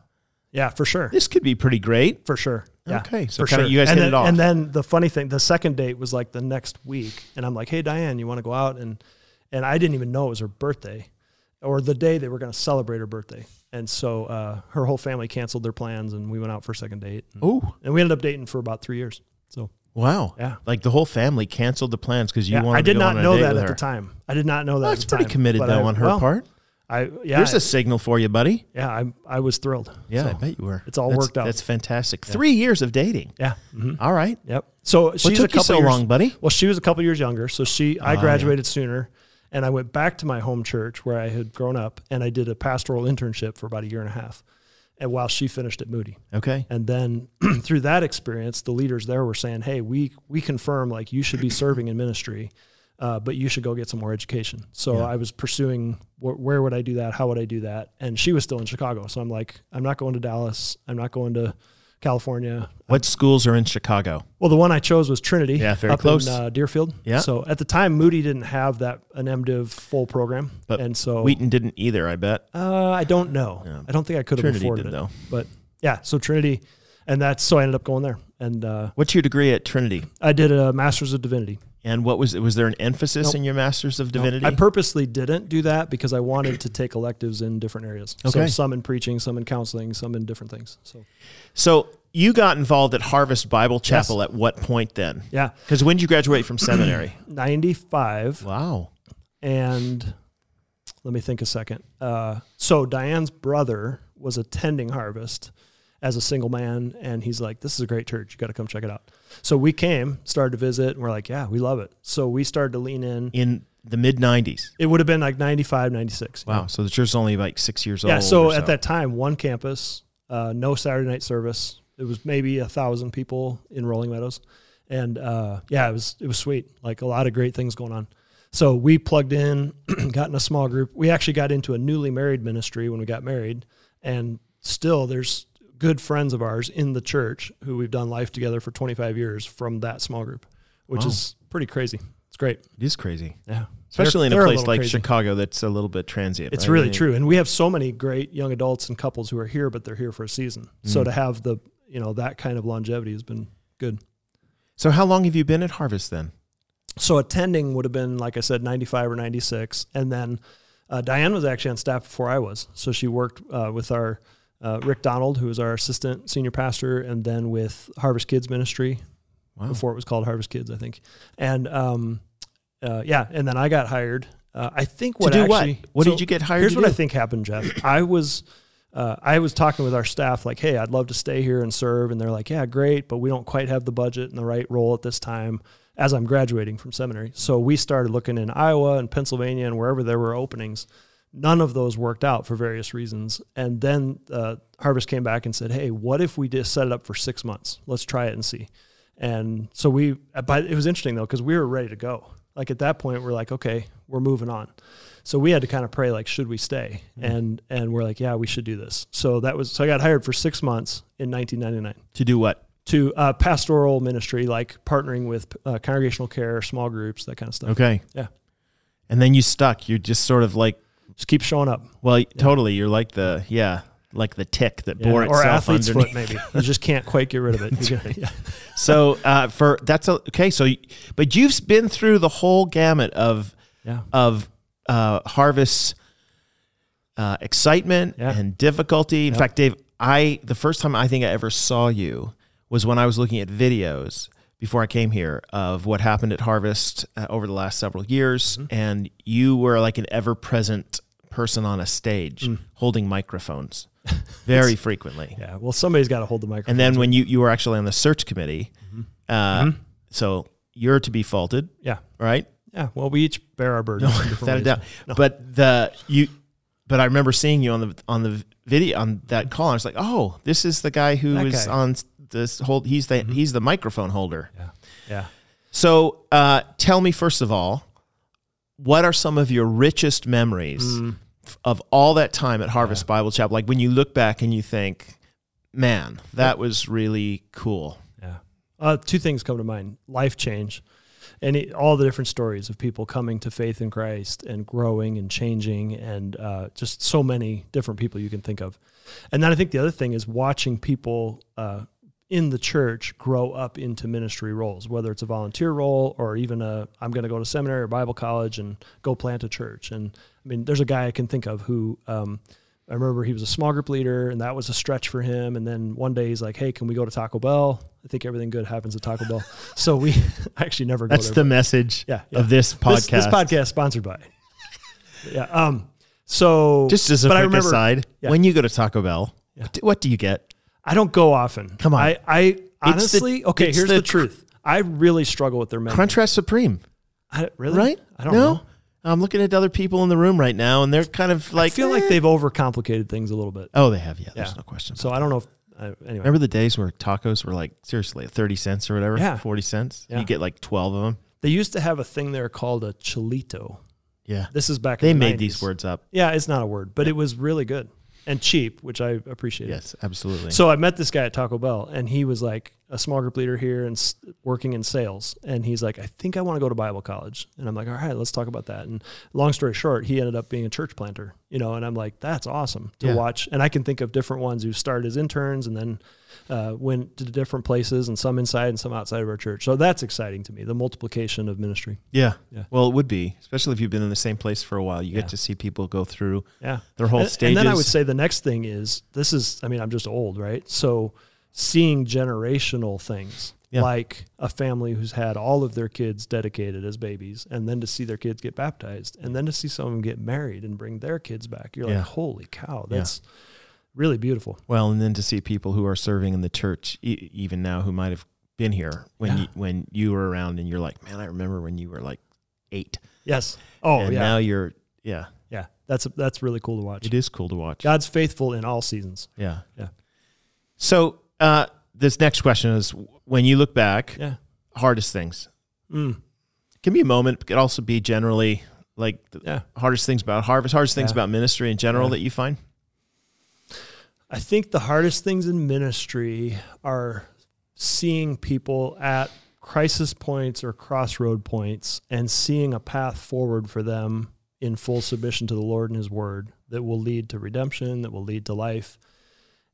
C: yeah, for sure.
B: this could be pretty great"?
C: For sure. Yeah.
B: Okay, so
C: for
B: kinda you guys
C: and
B: hit
C: then,
B: it off.
C: And then the funny thing, the second date was like the next week, and I'm like, "Hey, Diane, you want to go out?" And and I didn't even know it was her birthday, or the day they were going to celebrate her birthday. And so uh, her whole family canceled their plans, and we went out for a second date, and,
B: Oh,
C: and we ended up dating for about three years. So
B: wow!
C: Yeah.
B: like the whole family canceled the plans because you
C: yeah,
B: wanted.
C: I did
B: to go
C: not
B: on a
C: know
B: date
C: that
B: with
C: at
B: her.
C: the time. I did not know that.
B: Well,
C: at
B: that's
C: the
B: pretty
C: time,
B: committed
C: but
B: though
C: I-
B: on her
C: well,
B: part.
C: I yeah,
B: There's
C: I-
B: a signal for you, buddy.
C: yeah, I I was thrilled.
B: Yeah,
C: So,
B: I bet you were.
C: it's all
B: That's-
C: worked out.
B: That's fantastic. Three years of dating.
C: yeah. mhm.
B: All right.
C: Yep. So she's
B: What
C: a
B: took
C: couple
B: you so
C: years,
B: long, buddy? Ah,
C: Well, she was a couple years younger, so she I graduated sooner, and I went back to my home church where I had grown up, and I did a pastoral internship for about a year and a half, and while she finished at Moody,
B: Okay.
C: and then through that experience, the leaders there were saying, "Hey, we we confirm like you should be serving in ministry." Uh, but you should go get some more education. So I was pursuing wh- where would I do that? How would I do that? And she was still in Chicago. So I'm like, I'm not going to Dallas. I'm not going to California.
B: What schools are in Chicago?
C: Well, the one I chose was Trinity.
B: Yeah, very
C: up
B: close.
C: In, uh, Deerfield.
B: Yeah.
C: So at the time, Moody didn't have that an MDiv full program,
B: But
C: and so
B: Wheaton didn't either. I bet.
C: uh, I don't know. I don't think I could have
B: Trinity
C: afforded
B: did,
C: it.
B: though.
C: But yeah, so Trinity, and that's so I ended up going there, and uh,
B: What's your degree at Trinity?
C: I did a Master's of Divinity.
B: And what was was there an emphasis in your Masters of Divinity?
C: I purposely didn't do that because I wanted to take electives in different areas.
B: Okay.
C: So some in preaching, some in counseling, some in different things. So
B: so you got involved at Harvest Bible Chapel at what point then?
C: yeah,
B: Because when did you graduate from seminary?
C: ninety five.
B: wow.
C: and let me think a second. Uh, so Diane's brother was attending Harvest as a single man, and he's like, "This is a great church. You got to come check it out." So we came, started to visit, and we're like, "Yeah, we love it." So we started to lean in.
B: In the mid 90s.
C: It would have been like 95, 96.
B: Wow. So the church's only like six years old.
C: Yeah. So
B: or
C: at that time, one campus, uh, no Saturday night service. It was maybe a thousand people in Rolling Meadows, and uh, yeah, it was it was sweet. Like a lot of great things going on. So we plugged in, got in a small group. We actually got into a newly married ministry when we got married, and still there's good friends of ours in the church who we've done life together for 25 years from that small group, which
B: Wow.
C: is pretty crazy. It's great.
B: it is crazy.
C: Yeah.
B: Especially
C: They're-
B: in a
C: they're
B: place
C: little
B: like
C: crazy.
B: Chicago that's a little bit transient.
C: It's
B: right? I
C: really
B: mean,
C: true. And we have so many great young adults and couples who are here, but they're here for a season.
B: Mm.
C: So to have the, you know, that kind of longevity has been good.
B: So how long have you been at Harvest then?
C: So attending would have been, like I said, 95 or 96. And then uh, Diane was actually on staff before I was. So she worked uh, with our uh, Rick Donald, who was our assistant senior pastor, and then with Harvest Kids Ministry
B: Wow.
C: before it was called Harvest Kids, I think. And um, uh, yeah, and then I got hired. Uh, I think what
B: to do
C: actually,
B: what? What
C: so-
B: did you get hired
C: Here's
B: to
C: what
B: do?
C: I think happened, Jeff. I was uh, I was talking with our staff like, "Hey, I'd love to stay here and serve," and they're like, "Yeah, great, but we don't quite have the budget and the right role at this time." As I'm graduating from seminary, so we started looking in Iowa and Pennsylvania and wherever there were openings. None of those worked out for various reasons, and then uh, Harvest came back and said, "Hey, what if we just set it up for six months? Let's try it and see." And so we, but it was interesting though, because we were ready to go. Like at that point, we're like, okay, we're moving on. So we had to kind of pray, like, should we stay?
B: Mm-hmm.
C: And and we're like, yeah, we should do this. So that was so I got hired for six months in 1999
B: To do what?
C: to uh, pastoral ministry, like partnering with uh, congregational care, small groups, that kind of stuff.
B: Okay.
C: Yeah,
B: And then you stuck. You're just sort of like
C: just keep showing up.
B: well, totally. You're like the yeah, like the tick that
C: Yeah.
B: bore
C: Or
B: itself
C: athlete's
B: underneath.
C: foot, maybe. You just can't quite get rid of it. You get- yeah.
B: So uh, for that's a, okay. So, you- but you've been through the whole gamut of
C: Yeah.
B: of uh, harvests, uh, excitement
C: Yeah.
B: and difficulty. In fact, Dave, I the first time I think I ever saw you was when I was looking at videos before I came here of what happened at Harvest uh, over the last several years,
C: Mm-hmm.
B: and you were like an ever present person on a stage holding microphones very frequently.
C: Mm. Yeah. Well, somebody's got to hold the microphone.
B: And then when you you were
C: Mm-hmm.
B: actually on the search committee, uh, so you're to be faulted,
C: yeah.
B: right?
C: Yeah. Well, we each bear our burden. in different
B: without a
C: ways.
B: doubt. But the you, but I remember seeing you on the on the video on that call. And I was like, oh, this is the guy who
C: That
B: was
C: guy. Mm-hmm.
B: on this hold. He's the he's the microphone holder.
C: Yeah.
B: So uh, tell me first of all, what are some of your richest memories
C: Mm.
B: f- of all that time at Harvest Bible Chapel? Like when you look back and you think, man, that was really cool.
C: Yeah. Uh, two things come to mind life change and it, all the different stories of people coming to faith in Christ and growing and changing, and uh, just so many different people you can think of. And then I think the other thing is watching people uh, in the church grow up into ministry roles, whether it's a volunteer role or even a I'm going to go to seminary or Bible college and go plant a church. And I mean, there's a guy I can think of who. Um, I remember he was a small group leader, and that was a stretch for him. And then one day he's like, "Hey, can we go to Taco Bell? I think everything good happens at Taco Bell." So we I actually never go
B: That's the
C: there,
B: message
C: Yeah, yeah.
B: of this podcast.
C: this, this podcast sponsored by. Yeah. Um. So
B: Just as a
C: but
B: quick
C: I remember,
B: aside,
C: yeah.
B: when you go to Taco Bell,
C: Yeah.
B: what do- what do you get?
C: I don't go often.
B: Come on.
C: I, I honestly, okay.
B: it's
C: Here's
B: the
C: the, truth. I really struggle with their menu.
B: Crunchwrap Supreme,
C: I, really?
B: right?
C: I don't
B: no?
C: know.
B: I'm looking at other people in the room right now, and they're kind of
C: I
B: like,
C: feel
B: eh.
C: like they've overcomplicated things a little bit.
B: Oh, they have. Yeah,
C: Yeah.
B: there's no question.
C: So I don't know. If, uh, anyway,
B: Remember the days where tacos were like seriously thirty cents or whatever,
C: Yeah.
B: forty cents.
C: Yeah.
B: You get like twelve of them.
C: they used to have a thing there called a chilito.
B: Yeah,
C: This is back.
B: they
C: in the
B: made
C: 90s.
B: these words up.
C: Yeah, it's not a word, but it was really good and cheap, which I appreciated.
B: Yes, absolutely.
C: So I met this guy at Taco Bell, and he was like a small group leader here and s- working in sales. And he's like, I think I want to go to Bible college. And I'm like, all right, let's talk about that. And long story short, he ended up being a church planter, you know. And I'm like, that's awesome to
B: Yeah.
C: watch. And I can think of different ones who started as interns and then uh, went to different places, and some inside and some outside of our church. So that's exciting to me, the multiplication of ministry.
B: yeah.
C: Yeah.
B: well, it would be especially if you've been in the same place for a while. You
C: Yeah.
B: get to see people go through
C: Yeah.
B: their whole
C: and,
B: stages.
C: And then I would say the next thing is this is I mean I'm just old, right? So seeing generational things
B: Yeah.
C: like a family who's had all of their kids dedicated as babies and then to see their kids get baptized and then to see some of them get married and bring their kids back. You're
B: Yeah.
C: like, "Holy cow,
B: Yeah.
C: that's really beautiful."
B: well, and then to see people who are serving in the church e- even now who might have been here when
C: Yeah.
B: you, when you were around, and you're like, man, I remember when you were like eight.
C: Yes. Oh,
B: and
C: yeah.
B: now you're yeah.
C: yeah. That's that's really cool to watch.
B: It is cool to watch.
C: God's faithful in all seasons.
B: Yeah.
C: Yeah.
B: So uh, this next question is when you look back,
C: Yeah.
B: hardest things.
C: Mm.
B: Can be a moment, but could also be generally like the
C: Yeah.
B: hardest things about harvest, hardest things
C: Yeah.
B: about ministry in general
C: Yeah.
B: that you find.
C: I think the hardest things in ministry are seeing people at crisis points or crossroad points and seeing a path forward for them in full submission to the Lord and His Word that will lead to redemption, that will lead to life,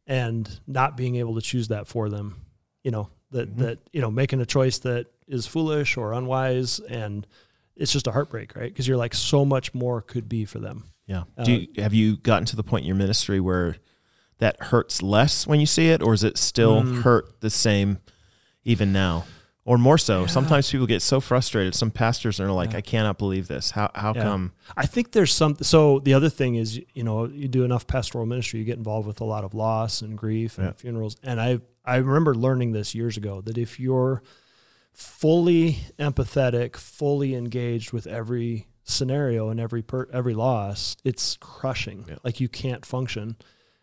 C: and not being able to choose that for them. You know, that,
B: Mhm.
C: that, you know, making a choice that is foolish or unwise. And it's just a heartbreak, right? Because you're like, so much more could be for them.
B: Yeah.
C: Uh,
B: Do you, have you gotten to the point in your ministry where that hurts less when you see it, or is it still
C: Mm.
B: hurt the same even now? Or more so, sometimes people get so frustrated. Some pastors are like,
C: Yeah.
B: "I cannot believe this. How how
C: Yeah.
B: come?"
C: I think there's some. So the other thing is, you know, you do enough pastoral ministry, you get involved with a lot of loss and grief and
B: Yeah.
C: funerals. And I I remember learning this years ago that if you're fully empathetic, fully engaged with every scenario and every per, every loss, it's crushing.
B: Yeah.
C: Like you can't function.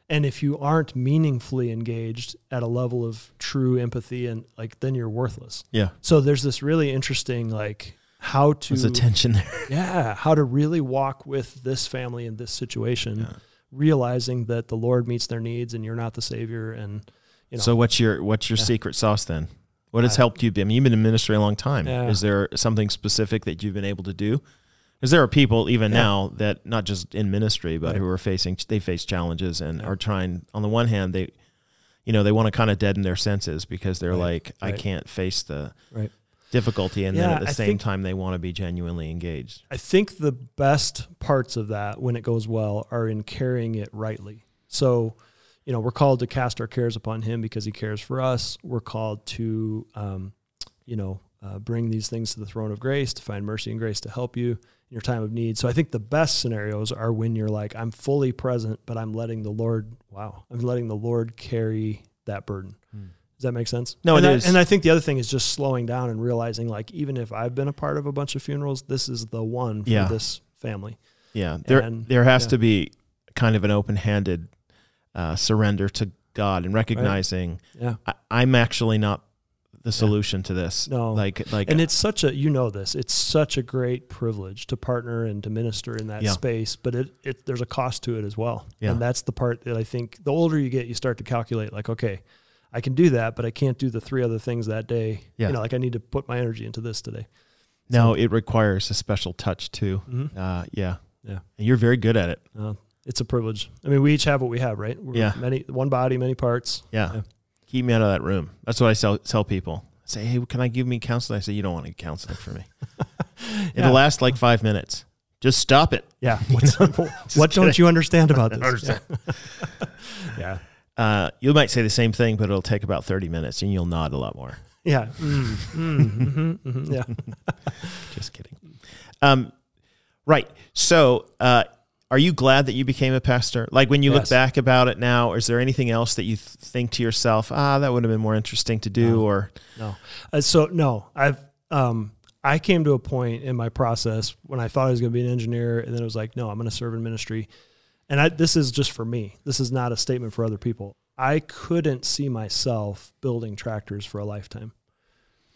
C: And if you aren't meaningfully engaged at a level of true empathy and like then you're worthless.
B: Yeah,
C: So there's this really interesting like how to
B: there's a tension there.
C: yeah, how to really walk with this family in this situation,
B: Yeah.
C: realizing that the Lord meets their needs and you're not the savior. And you know,
B: So what's your what's your
C: Yeah.
B: secret sauce then? What has
C: I-
B: helped you? be- I mean, you've been in ministry a long time.
C: Yeah.
B: Is there something specific that you've been able to do? Because there are people even
C: Yeah.
B: now that not just in ministry, but
C: Right.
B: who are facing they face challenges and
C: Yeah.
B: are trying. On the one hand, they, you know, they want to kind of deaden their senses because they're
C: Right.
B: like, I
C: Right.
B: can't face the
C: Right.
B: difficulty, and then
C: Yeah,
B: at the
C: I
B: same
C: think-
B: time they want to be genuinely engaged.
C: I think the best parts of that when it goes well are in carrying it rightly. So, you know, we're called to cast our cares upon him because he cares for us. We're called to, um, you know, uh, bring these things to the throne of grace to find mercy and grace to help you in your time of need. So I think the best scenarios are when you're like, I'm fully present, but I'm letting the Lord, wow, I'm letting the Lord carry that burden. Does that make sense?
B: Hmm. No,
C: and
B: it
C: I,
B: is.
C: And I think the other thing is just slowing down and realizing, like, even if I've been a part of a bunch of funerals, this is the one for
B: Yeah.
C: this family.
B: Yeah, there
C: And-
B: there has
C: yeah.
B: to be kind of an open-handed uh, surrender to God and recognizing
C: Yeah.
B: I, I'm actually not the solution to this.
C: No.
B: like like
C: And it's such a you know this. It's such a great privilege to partner and to minister in that
B: Yeah.
C: space, but it, it there's a cost to it as well.
B: Yeah.
C: And that's the part that I think the older you get, you start to calculate like, okay, I can do that, but I can't do the three other things that day.
B: Yeah.
C: You know, like I need to put my energy into this today.
B: no, it requires a special touch too. Uh, yeah,
C: Mm-hmm. Yeah.
B: And you're very good at it.
C: Uh, it's a privilege. I mean, we each have what we have, right? We're
B: Yeah.
C: Many one body, many parts.
B: Yeah.
C: Yeah.
B: Keep me out of that room. That's what I tell, tell people. I say, hey, can I give me counseling? I say, you don't want to counseling for me.
C: Yeah.
B: It'll last like five minutes. Just stop it.
C: Yeah. What's, what don't you understand about this? Yeah.
B: Uh, you might say the same thing, but it'll take about 30 minutes and you'll nod a lot more.
C: Yeah. Mm, mm, mhm, mhm, yeah.
B: Just kidding. Um, right. So, uh, are you glad that you became a pastor? Like when you look
C: Yes.
B: back about it now, is there anything else that you th- think to yourself, ah, that would have been more interesting to do? Or,
C: No. Uh, so no, I've um I came to a point in my process when I thought I was going to be an engineer and then it was like, no, I'm going to serve in ministry. And I this is just for me. This is not a statement for other people. I couldn't see myself building tractors for a lifetime.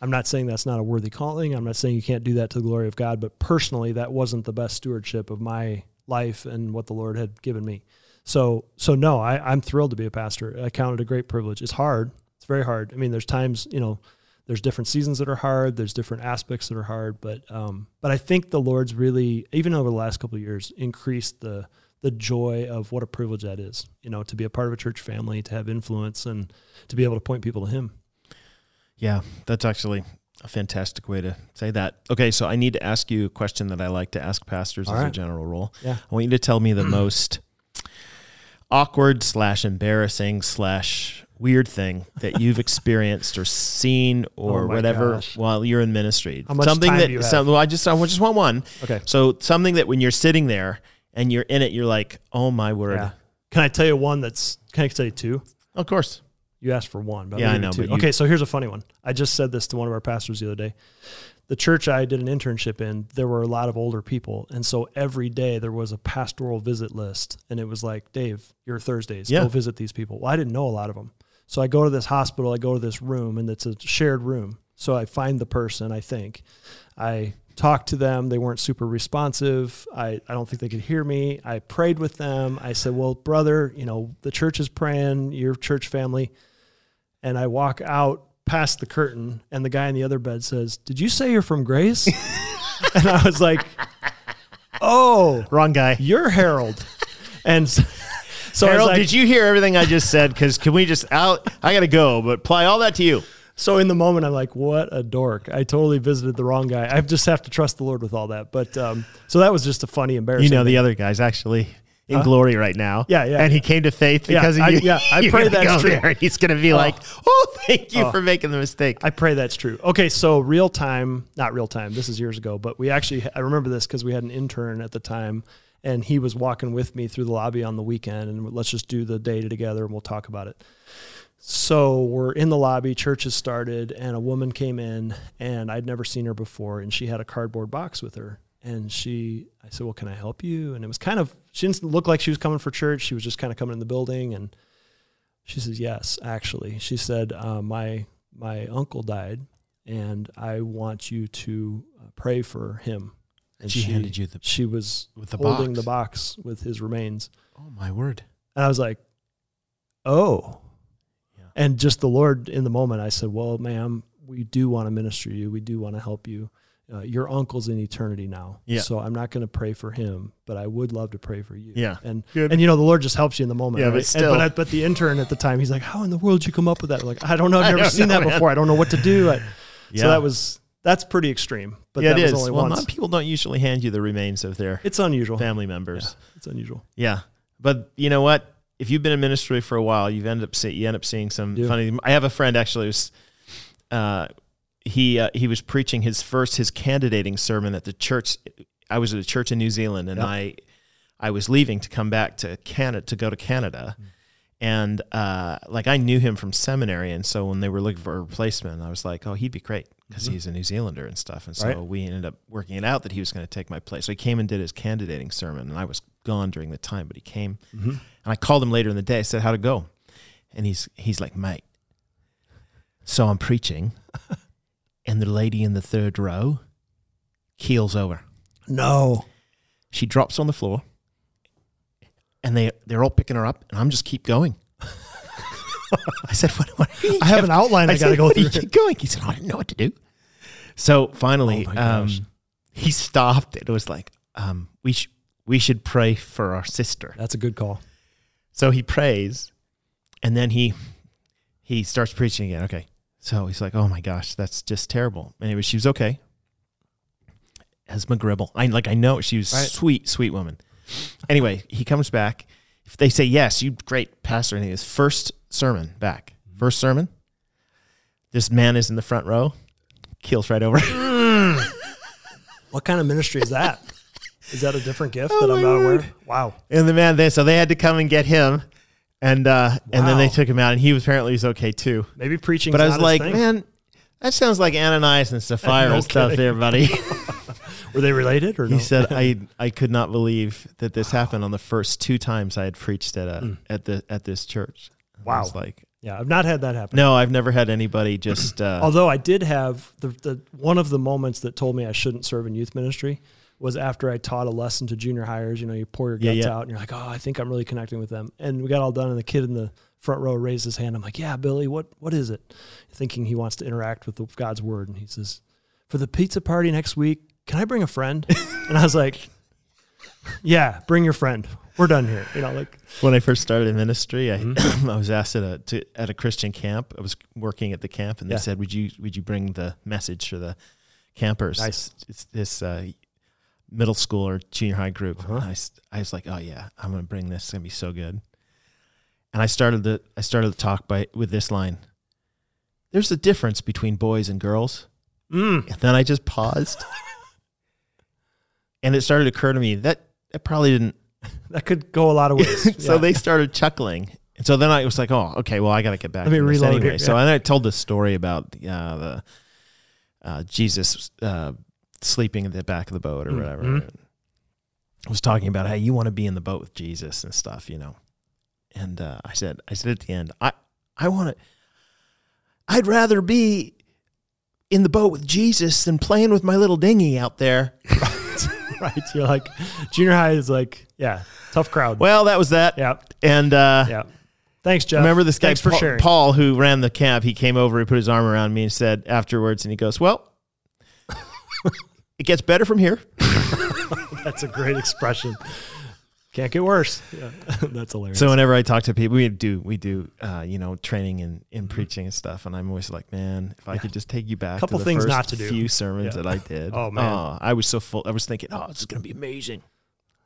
C: I'm not saying that's not a worthy calling. I'm not saying you can't do that to the glory of God, but personally that wasn't the best stewardship of my life and what the Lord had given me. So so no, I, I'm thrilled to be a pastor. I count it a great privilege. It's hard. It's very hard. I mean, there's times, you know, there's different seasons that are hard there's different aspects that are hard but um, but i think the lord's really even over the last couple of years increased the the joy of what a privilege that is you know to be a part of a church family to have influence and to be able to point people to him
B: yeah, that's actually a fantastic way to say that. Okay. So, I need to ask you a question that I like to ask pastors
C: All
B: as a
C: right.
B: general rule.
C: yeah
B: I want you to tell me the most awkward slash embarrassing slash weird thing that you've experienced or seen or
C: Oh my
B: whatever
C: gosh.
B: while you're in ministry.
C: How much
B: something
C: time
B: that
C: do you have?
B: some- well, I just I just want one.
C: okay
B: So something that when you're sitting there and you're in it, you're like, oh my word.
C: yeah can i tell you one that's can i tell you two
B: Of course.
C: You asked for one, but
B: Yeah, I
C: yeah, I
B: know,
C: Two.
B: but you-
C: okay, so here's a funny one. I just said this to one of our pastors the other day. The church I did an internship in, there were a lot of older people, and so every day there was a pastoral visit list, and it was like, Dave, your Thursdays,
B: Yeah.
C: go visit these people. Well, I didn't know a lot of them, so I go to this hospital, I go to this room, and it's a shared room. So I find the person, I think, I talked to them. They weren't super responsive. I, I don't think they could hear me. I prayed with them. I said, Well, brother, you know, the church is praying, your church family. And I walk out past the curtain, and the guy in the other bed says, Did you say you're from Grace? and I was like, Oh,
B: Wrong guy.
C: you're Harold. And so, so I was
B: Harold,
C: like,
B: did you hear everything I just said? Because can we just out? I gotta go, but apply all that to you.
C: So in the moment, I'm like, what a dork. I totally visited the wrong guy. I just have to trust the Lord with all that. But um, so that was just a funny, embarrassing.
B: You know,
C: thing.
B: the other guy's actually in glory right now.
C: Yeah, yeah,
B: And he
C: yeah.
B: came to faith
C: Yeah,
B: because
C: I-
B: of you.
C: yeah, I
B: You're
C: pray
B: gonna
C: that's
B: go
C: true.
B: there and he's going to be like, "Oh, thank you for making the mistake."
C: I pray that's true. Okay, so real time, not real time. This is years ago, but we actually I remember this because we had an intern at the time, and he was walking with me through the lobby on the weekend, and let's just do the data together, and we'll talk about it. So we're in the lobby, church has started, and a woman came in, and I'd never seen her before, and she had a cardboard box with her. And she, I said, Well, can I help you? And it was kind of, she didn't look like she was coming for church. She was just kind of coming in the building. And she says, "Yes, actually." She said, uh, "My my uncle died, and I want you to uh, pray for him." And
B: She handed you the-
C: She was
B: with the
C: holding
B: box.
C: the box with his remains,
B: Oh my word!
C: and I was like, "Oh."
B: Yeah.
C: And just the Lord in the moment, I said, "Well, ma'am, we do want to minister to you. We do want to help you. Uh, your uncle's in eternity now,
B: Yeah.
C: so I'm not going to pray for him, but I would love to pray for you."
B: Yeah.
C: and
B: Good.
C: and you know the Lord just helps you in the moment.
B: Yeah,
C: right?
B: but
C: And-
B: still.
C: but, I- but the intern at the time, he's like, "How in the world did you come up with that?" I'm like, I don't know.
B: I
C: I've never
B: don't
C: seen
B: know,
C: that
B: man."
C: before. I don't know what to do. I,
B: Yeah.
C: So that was that's pretty extreme. But
B: yeah,
C: that
B: it
C: was
B: is.
C: only
B: well,
C: once.
B: not- people don't usually hand you the remains of their
C: it's unusual.
B: family members.
C: It's unusual.
B: Yeah. but you know what? If you've been in ministry for a while, you've ended up see, you end up seeing some
C: Yeah.
B: funny. I have a friend actually who's. Uh, he uh, he was preaching his first his candidating sermon at the church. I was at a church in New Zealand, and I I was leaving to come back to Canada to go to Canada, and uh, like I knew him from seminary, and so when they were looking for a replacement, I was like, oh, he'd be great because he's a New Zealander and stuff. And so
C: Right.
B: we ended up working it out that he was going to take my place. So he came and did his candidating sermon, and I was gone during the time, but he came, and I called him later in the day. I said, how'd it go? And he's he's like, mate. So I'm preaching, and the lady in the third row keels over.
C: No.
B: She drops on the floor, and they they're all picking her up, and I'm just keep going. I said, "What? what are you
C: I have an outline I, got to
B: said,
C: go
B: "What do
C: through.
B: you keep going." He said, "I didn't know what to do." So finally,
C: Oh my gosh.
B: um, he stopped. It was like, um, "We sh- we should pray for our sister."
C: That's a good call.
B: So he prays, and then he he starts preaching again. Okay, so he's like, "Oh my gosh, that's just terrible." Anyway, she was okay. Esma Gribble, I like I know she was
C: Right.
B: sweet, sweet woman. Anyway, he comes back. If they say yes, you great pastor. And his first sermon back, first sermon. This man is in the front row, keels right over.
C: What kind of ministry is that? is that a different gift that I'm not aware of? Wow.
B: And the man there, so they had to come and get him, and uh, and then
C: Wow.
B: they took him out, and he was apparently was okay too.
C: Maybe preaching.
B: But I was
C: not his
B: like,
C: thing.
B: man, that sounds like Ananias and Sapphira
C: No
B: stuff
C: kidding.
B: there, buddy.
C: were they related or no?
B: he said, I, I could not believe that this happened on the first two times I had preached at a, at the at this church. I
C: Hmm. Wow.
B: was like,
C: yeah, I've not had that happen.
B: no, I've never had anybody just uh,
C: Although I did have the, the one of the moments that told me I shouldn't serve in youth ministry was after I taught a lesson to junior hires. You know, you pour your
B: Yeah,
C: guts
B: yeah.
C: out and you're like, oh, I think I'm really connecting with them. And we got all done, and the kid in the front row raised his hand. I'm like, yeah, Billy, what what is it? Thinking he wants to interact with the, God's word, and he says, for the pizza party next week, can I bring a friend? and I was like, yeah, bring your friend. We're done here. You know, like
B: when I first started in ministry, I,
C: Mm-hmm.
B: I was asked at a to, at a Christian camp. I was working at the camp, and they
C: Yeah.
B: said, "Would you would you bring the message for the campers?"
C: Nice.
B: It's, it's this uh, middle school or junior high group.
C: Uh-huh.
B: And I, s- I was like, "Oh yeah, I'm gonna bring this. It's gonna be so good." And I started the I started the talk by with this line. There's a difference between boys and girls.
C: Mm.
B: And then I just paused, and it started to occur to me that that probably didn't
C: that could go a lot of ways.
B: so
C: Yeah.
B: they started chuckling. And so then I was like, oh, okay, well, I got to get back.
C: Let me
B: to this
C: reload
B: anyway.
C: here,
B: So
C: yeah.
B: and I told this story about uh, the uh, Jesus uh, sleeping in the back of the boat or
C: Mm-hmm.
B: whatever. I was talking about, hey, you want to be in the boat with Jesus and stuff, you know. And uh, I said, I said at the end, I, I want to, I'd rather be in the boat with Jesus than playing with my little dinghy out there.
C: right? You're like, junior high is like, yeah, tough crowd.
B: Well, that was that.
C: yeah,
B: And uh,
C: yeah. Thanks, Jeff.
B: Remember this guy,
C: Thanks for
B: Paul,
C: sharing.
B: Paul, who ran the camp. He came over, he put his arm around me, and said afterwards, and he goes, "Well, it gets better from here."
C: That's a great expression. Can't get worse. Yeah. That's hilarious.
B: So whenever I talk to people, we do we do uh, you know training and in
C: Mm-hmm.
B: preaching and stuff, and I'm always like, "Man, if I could just take you back
C: Couple
B: to the
C: things
B: first
C: not to do."
B: few sermons
C: Yeah.
B: that I did."
C: Oh, man.
B: I was so full. I was thinking, "Oh, this is gonna be amazing."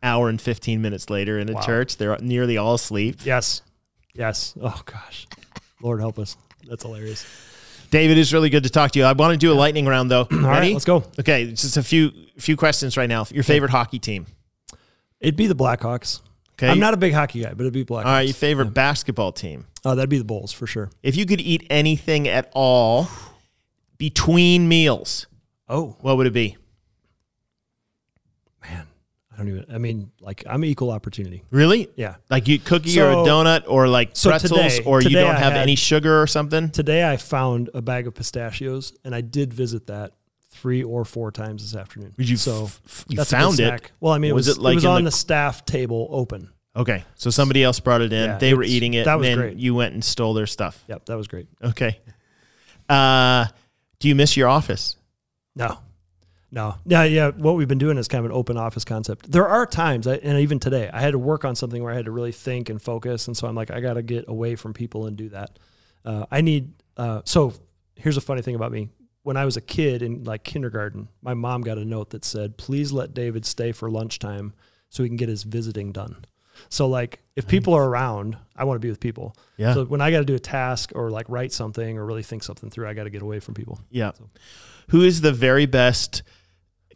B: Hour and fifteen minutes later in a
C: Wow.
B: church, they're nearly all asleep.
C: yes, yes. Oh gosh, Lord help us. That's hilarious.
B: David, it's really good to talk to you. I want to do a lightning round though.
C: All right, let's go.
B: Okay, just a few few questions right now. Your favorite hockey team?
C: It'd be the Blackhawks.
B: Okay.
C: I'm not a big hockey guy, but it'd be Blackhawks.
B: All right, your favorite basketball team?
C: Oh, that'd be the Bulls for sure.
B: If you could eat anything at all between meals,
C: Oh
B: what would it be?
C: man, I don't even. I mean, like I'm equal opportunity.
B: Really?
C: Yeah.
B: Like you cookie or a
C: So-
B: donut or like
C: So
B: pretzels
C: today-
B: or you
C: today
B: don't
C: I
B: have
C: had-
B: any sugar or something?
C: Today I found a bag of pistachios, and I did visit that three or four times this afternoon.
B: Would you
C: so
B: f- f- you
C: That's a good
B: found it?
C: snack. Well, I mean, it
B: Was
C: was,
B: it
C: it
B: like
C: was
B: in
C: on
B: the-
C: the, staff table open.
B: Okay. So somebody else brought it in.
C: Yeah,
B: they were
C: it's-
B: eating it
C: that was
B: and then
C: great.
B: you went and stole their stuff.
C: Yep, that was great.
B: Okay. Uh do you miss your office?
C: No, no, yeah, yeah. What we've been doing is kind of an open office concept. There are times, I, and even today, I had to work on something where I had to really think and focus, and so I'm like, I got to get away from people and do that. Uh, I need. Uh, so here's a funny thing about me. When I was a kid in like kindergarten, my mom got a note that said, "Please let David stay for lunchtime so he can get his visiting done." So like, if people are around, I want to be with people.
B: Yeah.
C: So when I got to do a task or like write something or really think something through, I got to get away from people.
B: Yeah. Who is the very best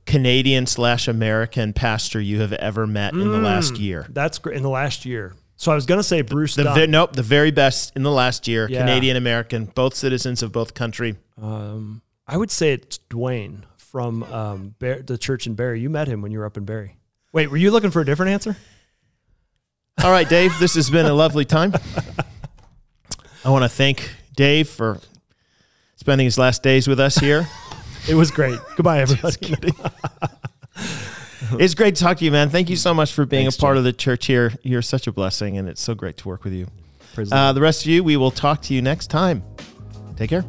B: Canadian slash American pastor you have ever met in the last year?
C: Mm. That's great. In the last year, So I was going to say Bruce
B: The
C: Dunn.
B: ve- nope, the very best in the last year,
C: Yeah.
B: Canadian American, both citizens of both country.
C: um, I would say it's Dwayne from um, Bar- the church in Barry. You met him when you were up in Barry. Wait, were you looking for a different answer?
B: All right, Dave, this has been a lovely time. I want to thank Dave for spending his last days with us here.
C: It was great. Goodbye, everybody.
B: It's great to talk to you, man. Thank you so much for being
A: Thanks,
B: a part of the church here. You're such a blessing, and it's so great to work with you.
C: Praise the
B: Uh, the rest of you, we will talk to you next time. Take care.